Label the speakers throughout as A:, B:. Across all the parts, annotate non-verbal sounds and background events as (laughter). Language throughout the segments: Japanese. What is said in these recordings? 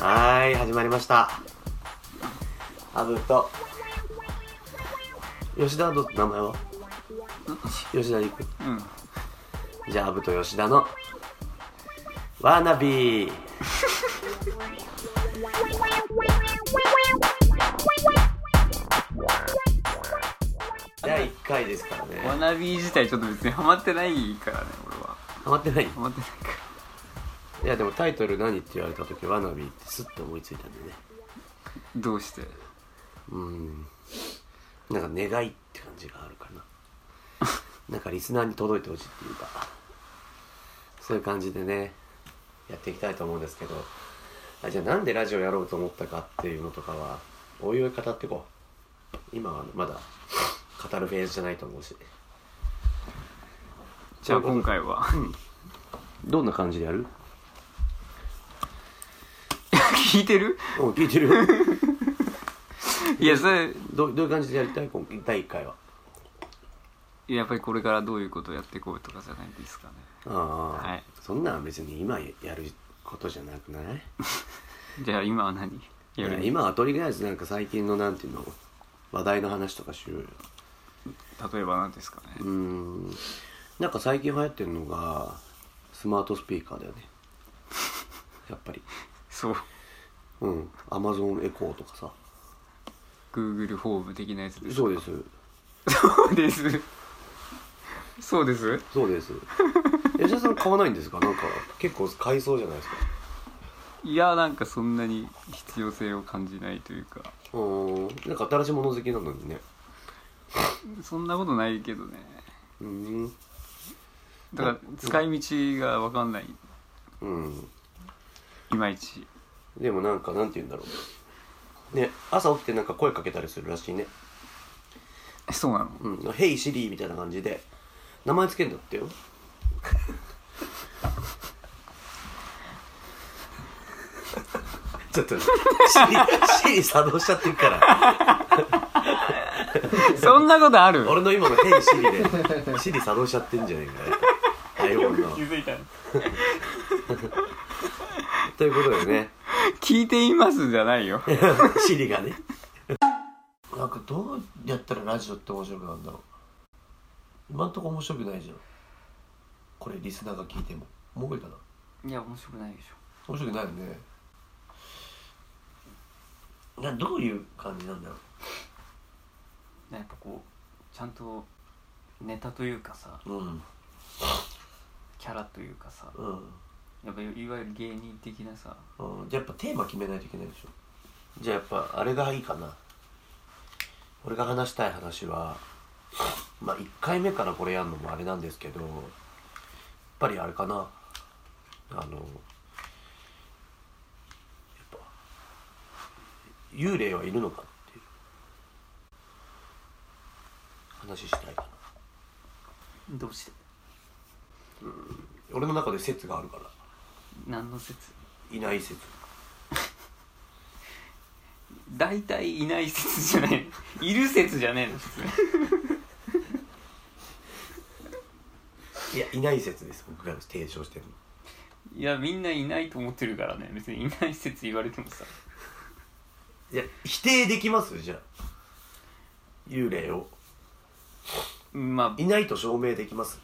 A: はい、始まりました。アブと、吉田の名前は吉田陸。
B: うん
A: じゃあ、アブと吉田の、ワーナ
B: (laughs)
A: ビー。第1回ですからね。
B: わなび自体ちょっと別にハマってないからね俺は
A: ハマってない
B: ハマってないか
A: いや、でもタイトル何って言われた時、ワーナビーってスッと思いついたんでね。
B: らどうして
A: うんなんか願いって感じがあるかな (laughs) なんかリスナーに届いてほしいっていうかそういう感じでねやっていきたいと思うんですけどあじゃあなんでラジオやろうと思ったかっていうのとかはおいおい語ってこう今はまだ語るフェーズじゃないと思うし
B: じゃあ今回は
A: どんな感じでやる
B: (laughs) 聞いてる
A: うん聞いてる
B: いやそれ
A: どうどういう感じでやりたい今回第1回は
B: やっぱりこれからどういうことをやっていこうとかじゃないですかね
A: ああ、
B: はい
A: そんなん別に今やることじゃなくない
B: じゃあ今は何や
A: いや
B: る
A: 今はとりあえずなんか最近のなんていうの話題の話とかしようよ
B: 例えば何ですか
A: う
B: ね
A: ーんなんか最近流行ってるのがスマートスピーカーだよねやっぱり
B: そう
A: うんアマゾンエコーとかさ
B: Google ホーム的なやつです
A: そうです
B: そうです
A: (laughs)
B: そうです
A: そうです吉田さん買わないんですかなんか結構買いそうじゃないですか
B: いやなんかそんなに必要性を感じないというか
A: うーんなんか新しいもの好きなのにね
B: そんなことないけどね
A: うーん
B: だから使い道が分かんない
A: うん
B: いまいち
A: でもなんかなんて言うんだろうね朝起きてなんか声かけたりするらしいね
B: そうな
A: (laughs)
B: の
A: うん「ヘイシリー」みたいな感じで名前つけるんだってよ (laughs) ちょっとシリシリ作動しちゃってるから
B: そんなことある
A: 俺の今の「ヘイシリ」でシリ作動しちゃってんじゃねえかよ iPhone の
B: づいた
A: ということでね
B: (laughs) 聞いていますじゃないよ
A: (laughs) シリがねなんかどうやったらラジオって面白くなるんだろう今んとこ面白くないじゃんこれリスナーが聞いても面白いかない
B: や面白くないでし
A: 面白くないよねなどういう感じなんだろ
B: ょやっぱこうちゃんとネタというかさ
A: ううん
B: キャラというかさ
A: うん
B: やっぱいわゆる芸人的なさ
A: うんじゃあやっぱテーマ決めないといけないでしょじゃあやっぱあれがいいかな俺が話したい話はまあ1回目からこれやるのもあれなんですけどやっぱりあれかなあのやっぱ幽霊はいるのかっていう話したいかな
B: どうして
A: 俺の中で説があるから
B: 何の説
A: いない説
B: 大体いない説じゃない (laughs) いる説じゃねえの普通
A: いやいない説です僕が提唱してるの
B: いやみんないないと思ってるからね別にいない説言われてもさ
A: いや否定できますじゃあ幽霊を
B: まあ
A: いないと証明できます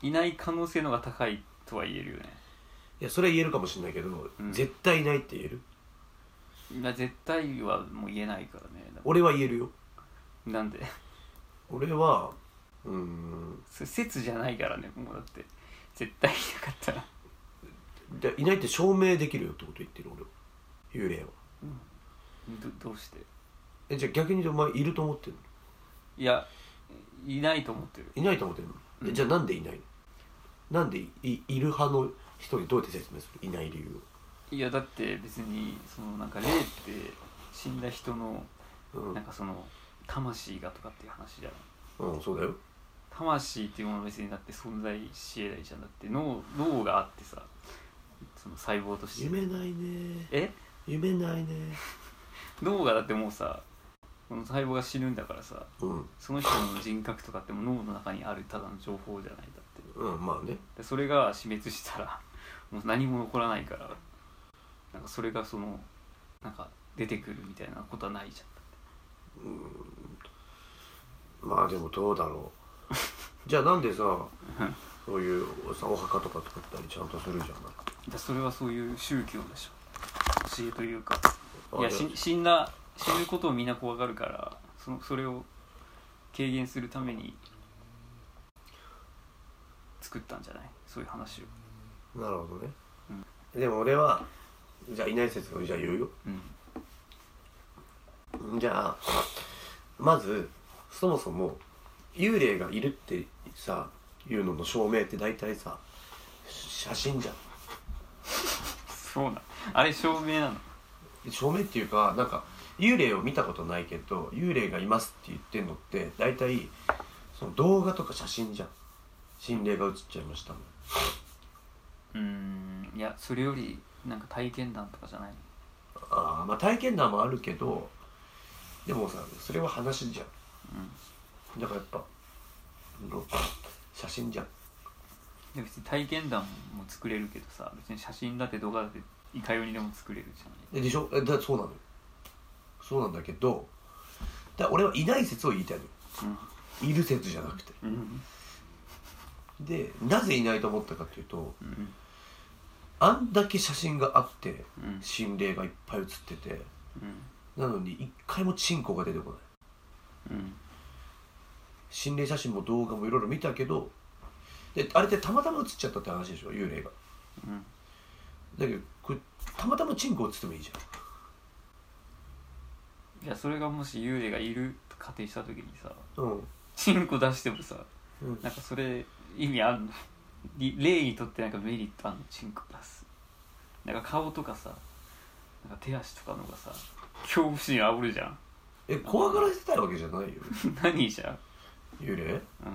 B: いない可能性の方が高いとは言えるよね
A: いやそれは言えるかもしれないけど、
B: うん
A: 絶対いないって言える
B: いや絶対はもう言えないからね
A: 俺は言えるよ
B: なんで (laughs)
A: 俺はうーん
B: それ説じゃないからねもうだって絶対いなかったら
A: でいないって証明できるよってこと言ってる俺は幽霊は
B: どどうして
A: えじゃあ逆に言うとお前いると思ってるの
B: いやいないと思ってる
A: いないと思ってるの、え
B: うん
A: じゃあなんでいないのなんでいいいる派の人にどうやって説明するいない理由
B: いやだって別にそのなんか霊って死んだ人の
A: をうん
B: なんかその魂がとかっていう話じゃない
A: うん、そうだよ
B: 魂っていうものは別にだって存在し得ないじゃんだって脳脳があってさその細胞として
A: 夢ないね
B: え
A: 夢ないね
B: 脳がだってもうさこの細胞が死ぬんだからさ
A: うん
B: その人の人格とかってもう脳の中にあるただの情報じゃないだって
A: うんまあね
B: でそれが死滅したらもう何も残らないからなんかそれがそのなんか出てくるみたいなことはないじ
A: まあでもどうだろう (laughs) じゃあなんでさそういうさお墓とか作ったりちゃんとするじゃない
B: ゃんだそれはそういう宗教でしょ教えというか
A: あ
B: いや
A: じゃあ
B: し死んだ死ぬことをみんな怖がるからそのそれを軽減するために作ったんじゃないそういう話を
A: なるほどね、でも俺はじゃあいない説をじゃあ言うよ
B: うん
A: じゃあまずそもそも幽霊がいるってさいうのの証明って大体さ写真じゃん
B: そうなんあれ証明なの
A: 証明っていうかなんか幽霊を見たことないけど幽霊がいますって言ってんのって大体その動画とか写真じゃん心霊が写っちゃいましたもん
B: うーんいやそれよりなんか体験談とかじゃないの
A: ああまあ体験談もあるけどでもさそれは話じゃん
B: うん
A: だからやっぱうん写真じゃん
B: で別に体験談も作れるけどさ別に写真だって動画だっていかようにでも作れるじゃない
A: えでしょえだそうなのよそうなんだけどだ俺はいない説を言いたいのよいる説じゃなくて
B: うんうん
A: でなぜいないと思ったかっていうと
B: うん
A: あんだけ写真があって
B: うん
A: 心霊がいっぱい写ってて
B: うん
A: なのに一回もチンコが出てこない
B: うん
A: 心霊写真も動画もいろいろ見たけどであれってたまたま写っちゃったって話でしょ幽霊が
B: うん
A: だけどこれたまたまチンコ写ってもいいじゃん
B: いやそれがもし幽霊がいると仮定した時にさ
A: うん、
B: チンコ出してもさ
A: うん、
B: なんかそれ意味あんの (laughs) り霊にとってなんかメリットあんのチンコ出すなんか顔とかさなんか手足とかのがさ恐怖心煽るじゃん (laughs)
A: え怖がらせたいわけじゃないよ
B: 何じゃん
A: 幽霊
B: う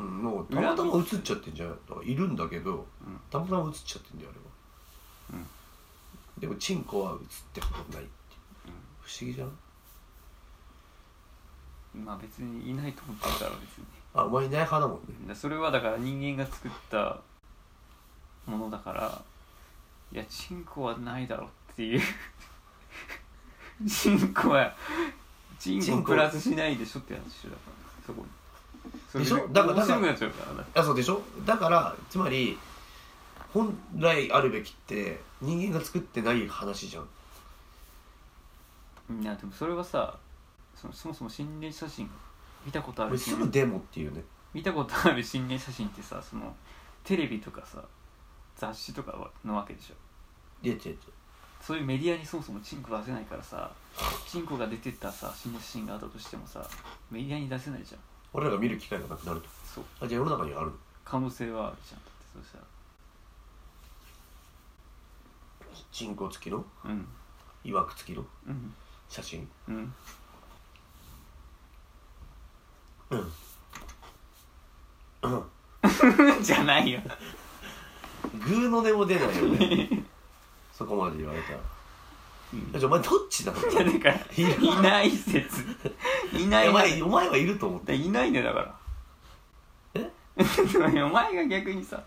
B: ん
A: うん、もうたまたま映っちゃってんじゃんだからいるんだけど
B: うん
A: たまたま映っちゃってんだよあれは、でもチンコは映ってことないっていう、不思議じゃん
B: まあ別にいないと思ってたら別に
A: あお前いない派だもんね
B: でそれはだから人間が作ったものだからいやチンコはないだろっていうチンコはチン
A: チン
B: コ
A: コ
B: プラスしないでしょって話だからそこにそれ
A: でしょ
B: で
A: だか
B: 面
A: ら
B: 白くなっちゃうからだって
A: あそうでしょだからつまり本来あるべきって人間が作ってない話じゃん
B: いやでもそれはさそのそもそも心霊写真見たことあ
A: 俺
B: る
A: すぐデモっていうね
B: 見たことある心霊写真ってさそのテレビとかさ雑誌とかのわけでしょ
A: いや違う違う
B: そういうメディアにそもそもチンコ出せないからさチンコが出てったさ心霊写真があったとしてもさメディアに出せないじゃん
A: 俺らが見る機会がなくなると
B: そう
A: あじゃあ世の中にある
B: 可能性はあるじゃんだってそうしたら
A: チンコ付きの
B: うん
A: いわく付きの
B: うん
A: 写真
B: うん
A: うんう
B: (laughs)
A: ん
B: じゃないよ
A: グーの音も出ないよね (laughs) そこまで言われたら、じゃあお前どっち
B: (laughs)
A: だ
B: いやだからいない説いない
A: お
B: な
A: 前お前はいると思って
B: でいないねだから
A: え
B: (laughs) お前が逆にさ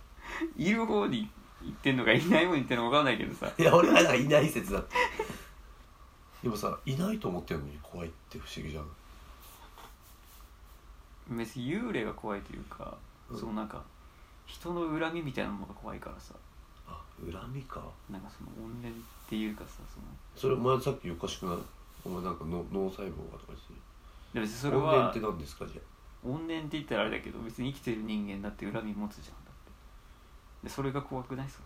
B: いる方に行ってんのかいない方に行ってんのか分かんないけどさ
A: いや俺はなんかいない説だってでもさいないと思ってるのに怖いって不思議じゃん
B: 別に幽霊が怖いというか、
A: うん
B: そのなんか人の恨みみたいなものが怖いからさ
A: あ恨みか
B: なんかその怨念っていうかさその
A: それお前さっきおかしくないお前なんかの脳細胞がとかして
B: で別にそ
A: 怨
B: れ
A: 念っ
B: は
A: て何ですかじゃ
B: 怨念って言ったらあれだけど別に生きてる人間だって恨み持つじゃんだってでそれが怖くないそも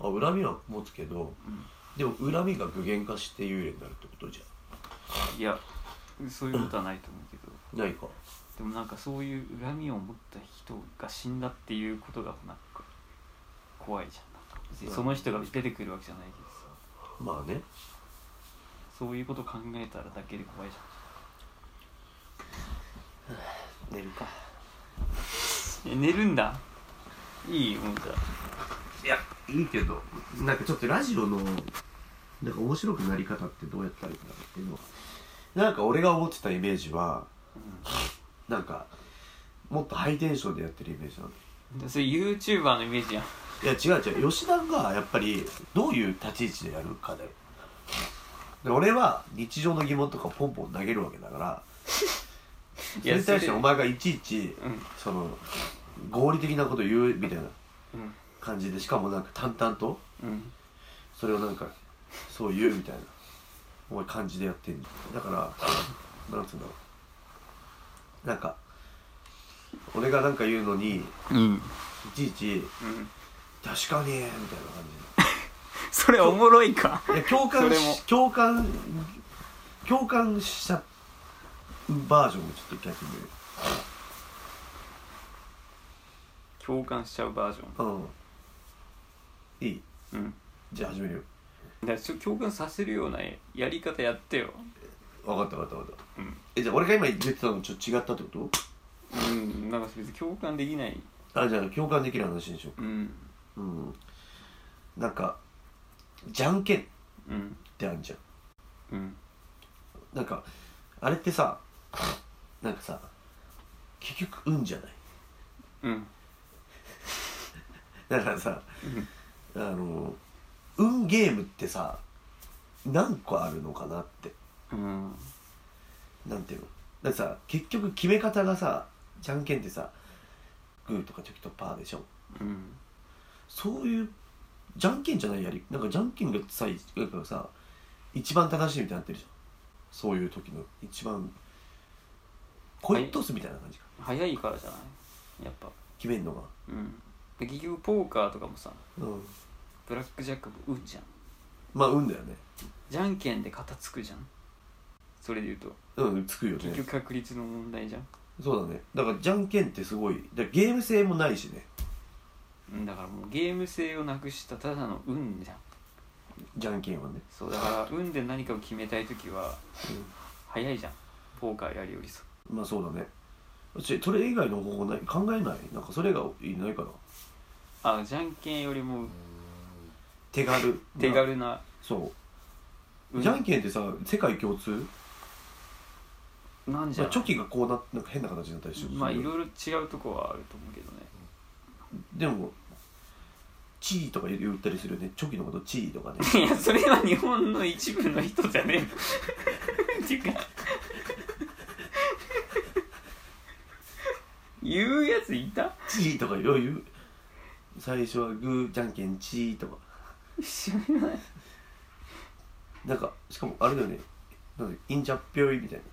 B: そも
A: ああ恨みは持つけど
B: うん
A: でも恨みが具現化して幽霊になるってことじ
B: いやそういうことはないと思うけど
A: ゃないか
B: でもなんかそういう恨みを持った人が死んだっていうことがなんか怖いじゃん別にその人が出てくるわけじゃないけどさ
A: まあね
B: そういうこと考えたらだけで怖いじ
A: 寝るか
B: ゃんえ寝るんだいいもんじゃ
A: いやいいけどなんかちょっとラジオのなんか面白くなり方ってどうやったらいいんだろうっていうのはなんか俺が思ってたイメージはなんかもっとハイテンションでやってるイメージなの
B: あそれ YouTuber のイメージやん
A: いや違う違う吉田がやっぱりどういう立ち位置でやるかだよで俺は日常の疑問とかをポンポン投げるわけだからそ
B: い
A: れ
B: や
A: に対してお
B: それ
A: 前がいちいち、
B: うん
A: その合理的なこと言うみたいな
B: うん
A: 感じでしかもなんか淡々と
B: うん
A: それをなんかそう言うみたいなお前感じでやってんのだからなんつうんだろうなんか俺がなんか言うのにい
B: うん
A: ちいち
B: うん
A: 「確かに」みたいな感
B: それおもろいか
A: じでいや共感
B: それも
A: し共感共感しちゃうバージョンをちょっと一回やってみる
B: 共感しちゃうバージ
A: うんいい
B: ョンうん
A: じゃあ始めるよ
B: だからちょ共感させるようなやり方やってよ
A: 分かった分かった分かった、
B: うん
A: えじゃあ俺が今言ってたのちょっと違ったってこ
B: うんなんか別に共感できない
A: とあじゃあ共感できる話にしよ
B: うん
A: ううんなんかじゃんけんっ
B: うん
A: てあるじゃん
B: うん
A: なんかあれってさなんかさ結局運じゃない
B: うん
A: だからさ、あの運ゲームってさ何個あるのかなって
B: うん
A: なんていうのだってさ結局決め方がさじゃんけんってさグーとかチョキとパーでしょ
B: うん
A: そういうじゃんけんじゃないやりなんかじゃんけんがさいなんかさ一番正しいみたいになってるじゃんそういう時の一番コイントスみたいな感じか
B: 早いからじゃないやっぱ
A: 決めんのが
B: うんで結局ポーカーとかもさ
A: うん
B: ブラックジャックも運じゃん
A: まあ運だよね
B: じゃんけんで片付くじゃんそれで言うと
A: うんつくよ
B: 結
A: ね
B: 局確率の問題じゃん、
A: そうだねだからじゃんけんってすごいだからゲーム性もないしね
B: うん、だからもうゲーム性をなくしたただの運じゃん
A: じゃんけんはね
B: そうだから運で何かを決めたい時は早いじゃんポーカーやるよりさ
A: まあそうだねうちそれ以外の方法ない考えないなんかそれがいいないかな
B: あじゃんけんよりも
A: 手軽
B: 手軽な
A: そ
B: 運
A: うじゃんけんってさ世界共通
B: なんじゃない
A: まあチョキがこうななんか変な形になったりして
B: まあいろいろ違うとこはあると思うけどね
A: でもチーとか言ったりするよねチョキのことチー
B: (laughs)
A: とかね
B: いやそれは日本の一部の人じゃねえっていうか言うやついた
A: チーとかよう言う最初はグーじゃんけんチーとか
B: 知らない
A: なんかしかもあれだよねなんだっけインチャンピョイみたいな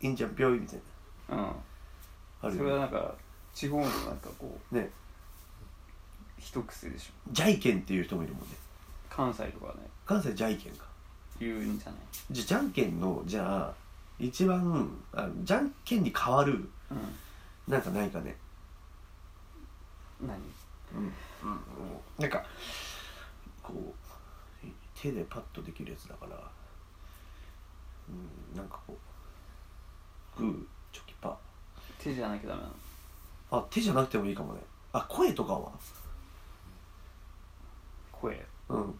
A: インチャンピョイみたいなあ
B: うん
A: る
B: それ
A: よ
B: は
A: ね
B: なんか地方のなんかこう
A: ね
B: 一癖でしょ
A: ジャイケンっていう人もいるもんね
B: 関西とかはね
A: 関西ジャイケンか
B: 言うんじゃない
A: じゃあじゃんけんのじゃあ一番あじゃんけんに変わるなんかないかね
B: うん何
A: なんかこう手でパッとできるやつだからうんなんかこうグーチョキパ
B: 手じゃなきゃダメなの
A: ーあ手じゃなくてもいいかもねあ声とかは
B: 声
A: うん
B: う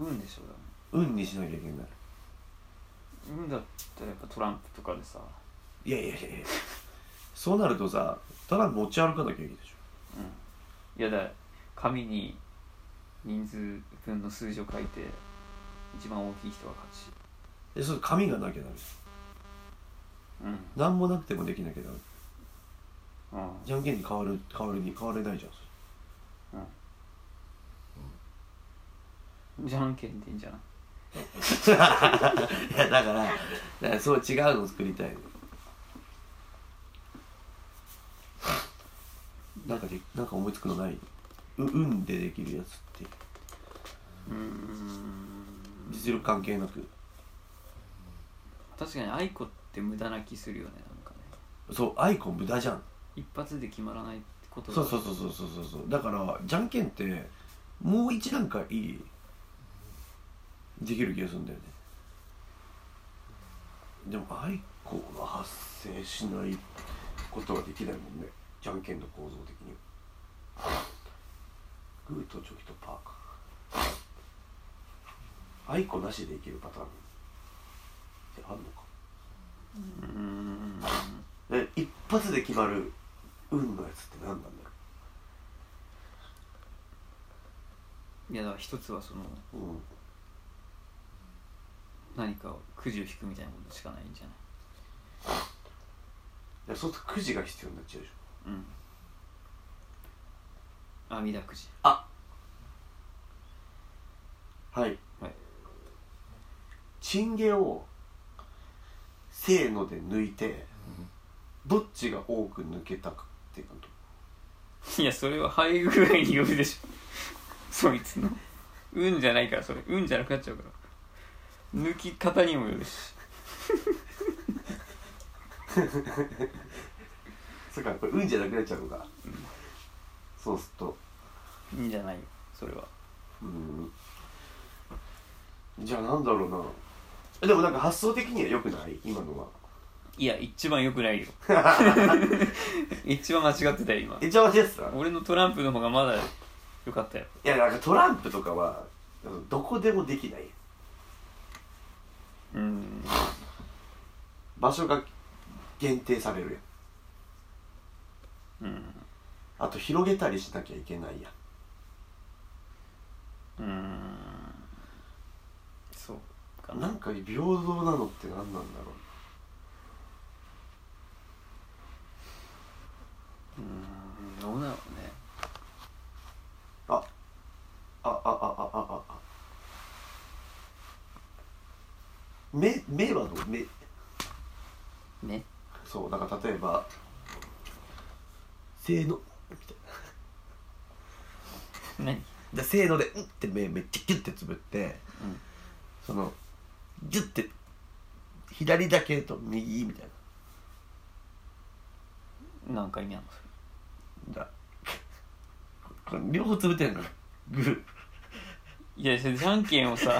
B: ーん運でしょだ
A: 運にしなきゃいけない
B: もん運だったらやっぱトランプとかでさ
A: いやいやいやいやそうなるとさただ持ち歩かなきゃいけないでし
B: いやだから紙に人数分の数字を書いて一番大きい人が勝ち
A: ょえそれ紙がなきゃダメ
B: うん
A: 何もなくてもできなきゃダメ
B: うん
A: じゃんけんに変わる変わるに変われないじゃん
B: じゃんけんでいいんじゃない
A: いやだからだからそう違うの作りたいのなんかでなんか思いつくのないう運でできるやつって
B: うーん
A: 実力関係なく
B: 確かに愛子って無駄な気するよねなんかね
A: そうアイコン無駄じゃん
B: 一発で決まらないこと
A: そうそううそうそうそうそうそうだからじゃんけんってもう一段階いいできる気がするんだよねでもアイコンが発生しないことはできないもんねじゃんけんの構造的にグーとチョキとパーかアイコンなしでいけるパターンってあるのか
B: うーん
A: え一発で決まる運のやつって何なんだろう
B: いやだから一つはその
A: うん
B: 何かをくじを引くみたいなことしかないんじゃない
A: いやそうするとくじが必要になっちゃうでしょ
B: うんあみだくじ
A: はい、
B: はい
A: チンゲをせーので抜いて、どっちが多く抜けたかっていうこと
B: いやそれは配具合によるでしょ (laughs) そいつの運じゃないからそれ運じゃなくなっちゃうから抜き方にもよるし
A: そっかこれ運じゃなくなっちゃうのか、そうすると
B: いいんじゃないよそれは
A: うんじゃあなんだろうなえでもなんか発想的には良くない今のはい
B: や一番良く (laughs) ないよ一番間違ってたよ今
A: えじゃあ私ですか
B: 俺のトランプの方がまだ良かったよ
A: いやなんかトランプとかはどこでもできない
B: うん
A: 場所が限定されるや
B: う
A: ん
B: ん
A: あと広げたりしなきゃいけないやん
B: うんそうかな
A: なんか平等なのって何なんだろ
B: うんどうだろうね
A: うああああああああ目目はどう目
B: ね
A: そうだから例えばせーのみたい
B: (laughs) 何
A: なでせーので「うん」って目めっちゃギュッてつぶって
B: うん
A: そのギュッて左だけと右みたいな
B: なんか意味あんのそ
A: だこれ両方つぶってんのグー
B: れいやそれじゃんけんを (laughs) さ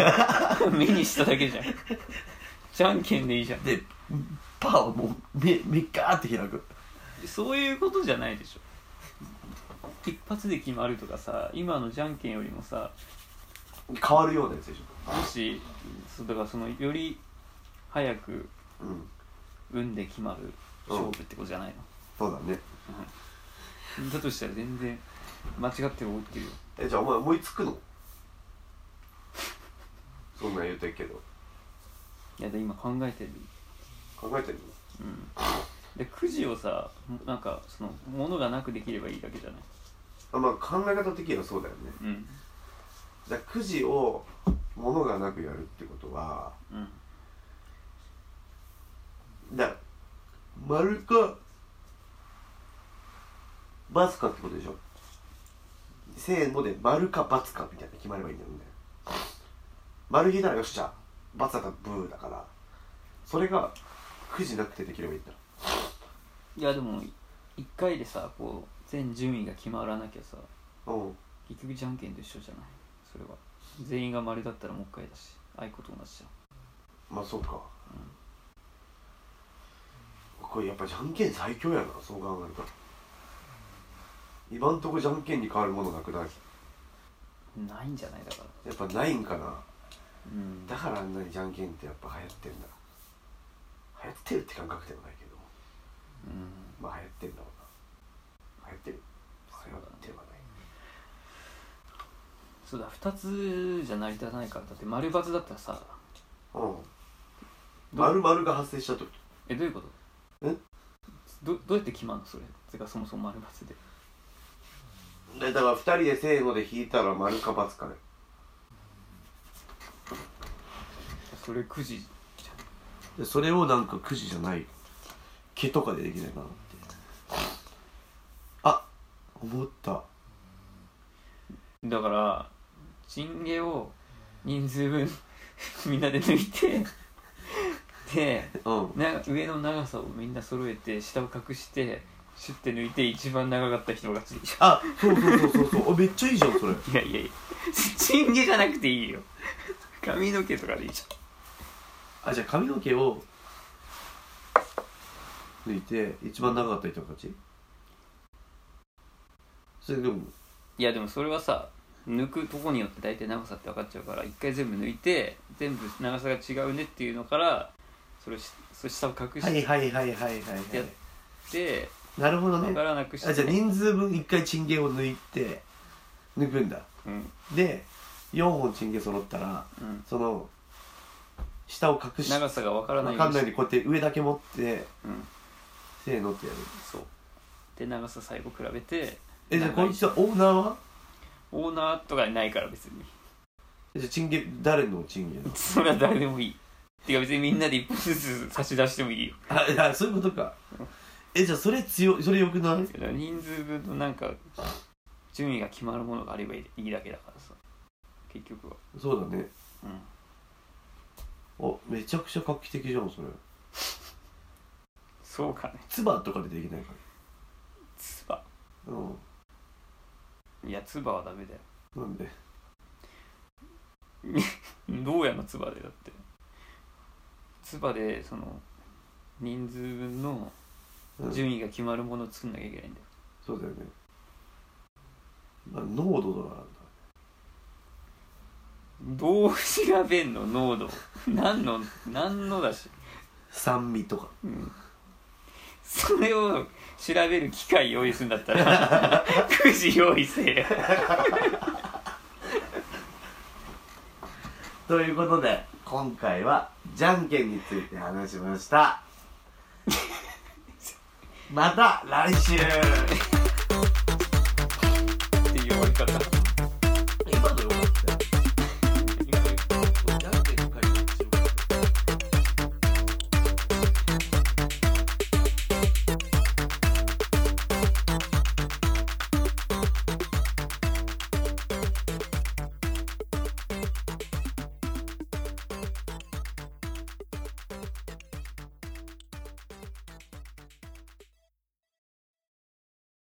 B: 目にしただけじゃんじゃんけんでいいじゃん
A: でパーをもう目目ガーって開く
B: そういうことじゃないでしょ一発で決まるとかさ今のじゃんけんよりもさ
A: 変わるようなやつでし
B: もしそうだからそのより早く
A: ょうん
B: 運で決まる勝負ってことじゃないの、
A: そうだね
B: だとしたら全然間違っても起きてるよ
A: えじゃあお前思いつくの (laughs) そんなん言うてるけど
B: いやで今考えてる
A: 考えてる
B: うんでくじをさなんかそのものがなくできればいいだけじゃない
A: のあまあ考え方的にはそうだよね
B: うん
A: じゃあくじを物がなくやるってことは
B: うん
A: だ丸かバツかってことでしょせーので丸かバツかみたいな決まればいいんだよね丸引いたらよっしゃバツだったらブーだからそれがくじなくてできればいいんだ
B: いやでも1回でさこう全順位が決まらなきゃさ
A: うん
B: 結局じゃんけんと一緒じゃないそれは全員が丸だったらもう一回だしあいこと同じじ
A: まあそうか、これやっぱじゃんけん最強やなそう考えると今んとこじゃんけんに変わるものなくない
B: ゃんないんじゃないだから
A: やっぱないんかな
B: うん
A: だからあんなにじゃんけんってやっぱ流行ってんだ流行ってるって感覚でもないけど
B: うん
A: まあ流行ってんだろうな流行ってる流行ってはない
B: そうだ2つじゃ成り立たないからだって丸×だったらさ
A: うん丸々が発生した時
B: えどういうこと
A: え
B: どどうやって決まるのそれてかそもそも丸×で
A: でだから2人でせーので引いたら丸か×かね
B: それくじ
A: でそれをなんかくじじゃない毛とかでできないかなってあ思った
B: だからチンゲを人数分 (laughs) みんなで抜いてで
A: うん
B: な上の長さをみんな揃えて下を隠してシュッて抜いて一番長かった人が勝ち
A: あそうそうそうそうそうあめっちゃいいじゃんそれ
B: いやいやいやチンゲじゃなくていいよ髪の毛とかでいいじ
A: あじゃあ髪の毛を抜いて一番長かった人の勝ちそれでも
B: ゃんいやでもそれはさ抜くとこによって大体長さって分かっちゃうから一回全部抜いて全部長さが違うねっていうのからそれをしそれ下を隠して、
A: はいはいはいはい
B: やで
A: なるほど
B: 分
A: ね
B: からなくして
A: あじゃあ人数分一回チンゲンを抜いて抜くんだ
B: うん
A: で4本チンゲ揃ったら
B: うん、
A: その下を隠し
B: 長さがわからない
A: 分
B: ように
A: かん
B: し
A: ないでこうやって上だけ持って
B: うん、
A: せーのってやる
B: そうで長さ最後比べて
A: えじゃあ
B: 長
A: こ
B: い
A: いつはオーナーは
B: オーナーとかないから別に (laughs)
A: えじゃあチンゲ誰のチンゲなの (laughs)
B: それは誰でもいいてか別にみんなで一本ずつ差し出してもいいよ
A: あいやそういうことかえじゃあそれ強いそれよくない
B: だから人数分のなんか順位が決まるものがあればいいだけだからさ結局は
A: そうだね
B: うん
A: あめちゃくちゃ画期的じゃんそれ
B: そうかね
A: ツバとかでできないか
B: ツバ
A: らうん
B: いやツバはダメだよ
A: なんで
B: どうやのツバでだってツバでその人数分の
A: うん
B: 順位が決まるものを作んなきゃいけないんだよ
A: そうだよねまあ濃度だからなんだ
B: どう調べんの濃度何の何のだし、
A: 酸味とか
B: うん、それを調べる機械用意するんだったら (laughs) くじ用意せえよ
A: ということで今回はじゃんけんについて話しましたまた来週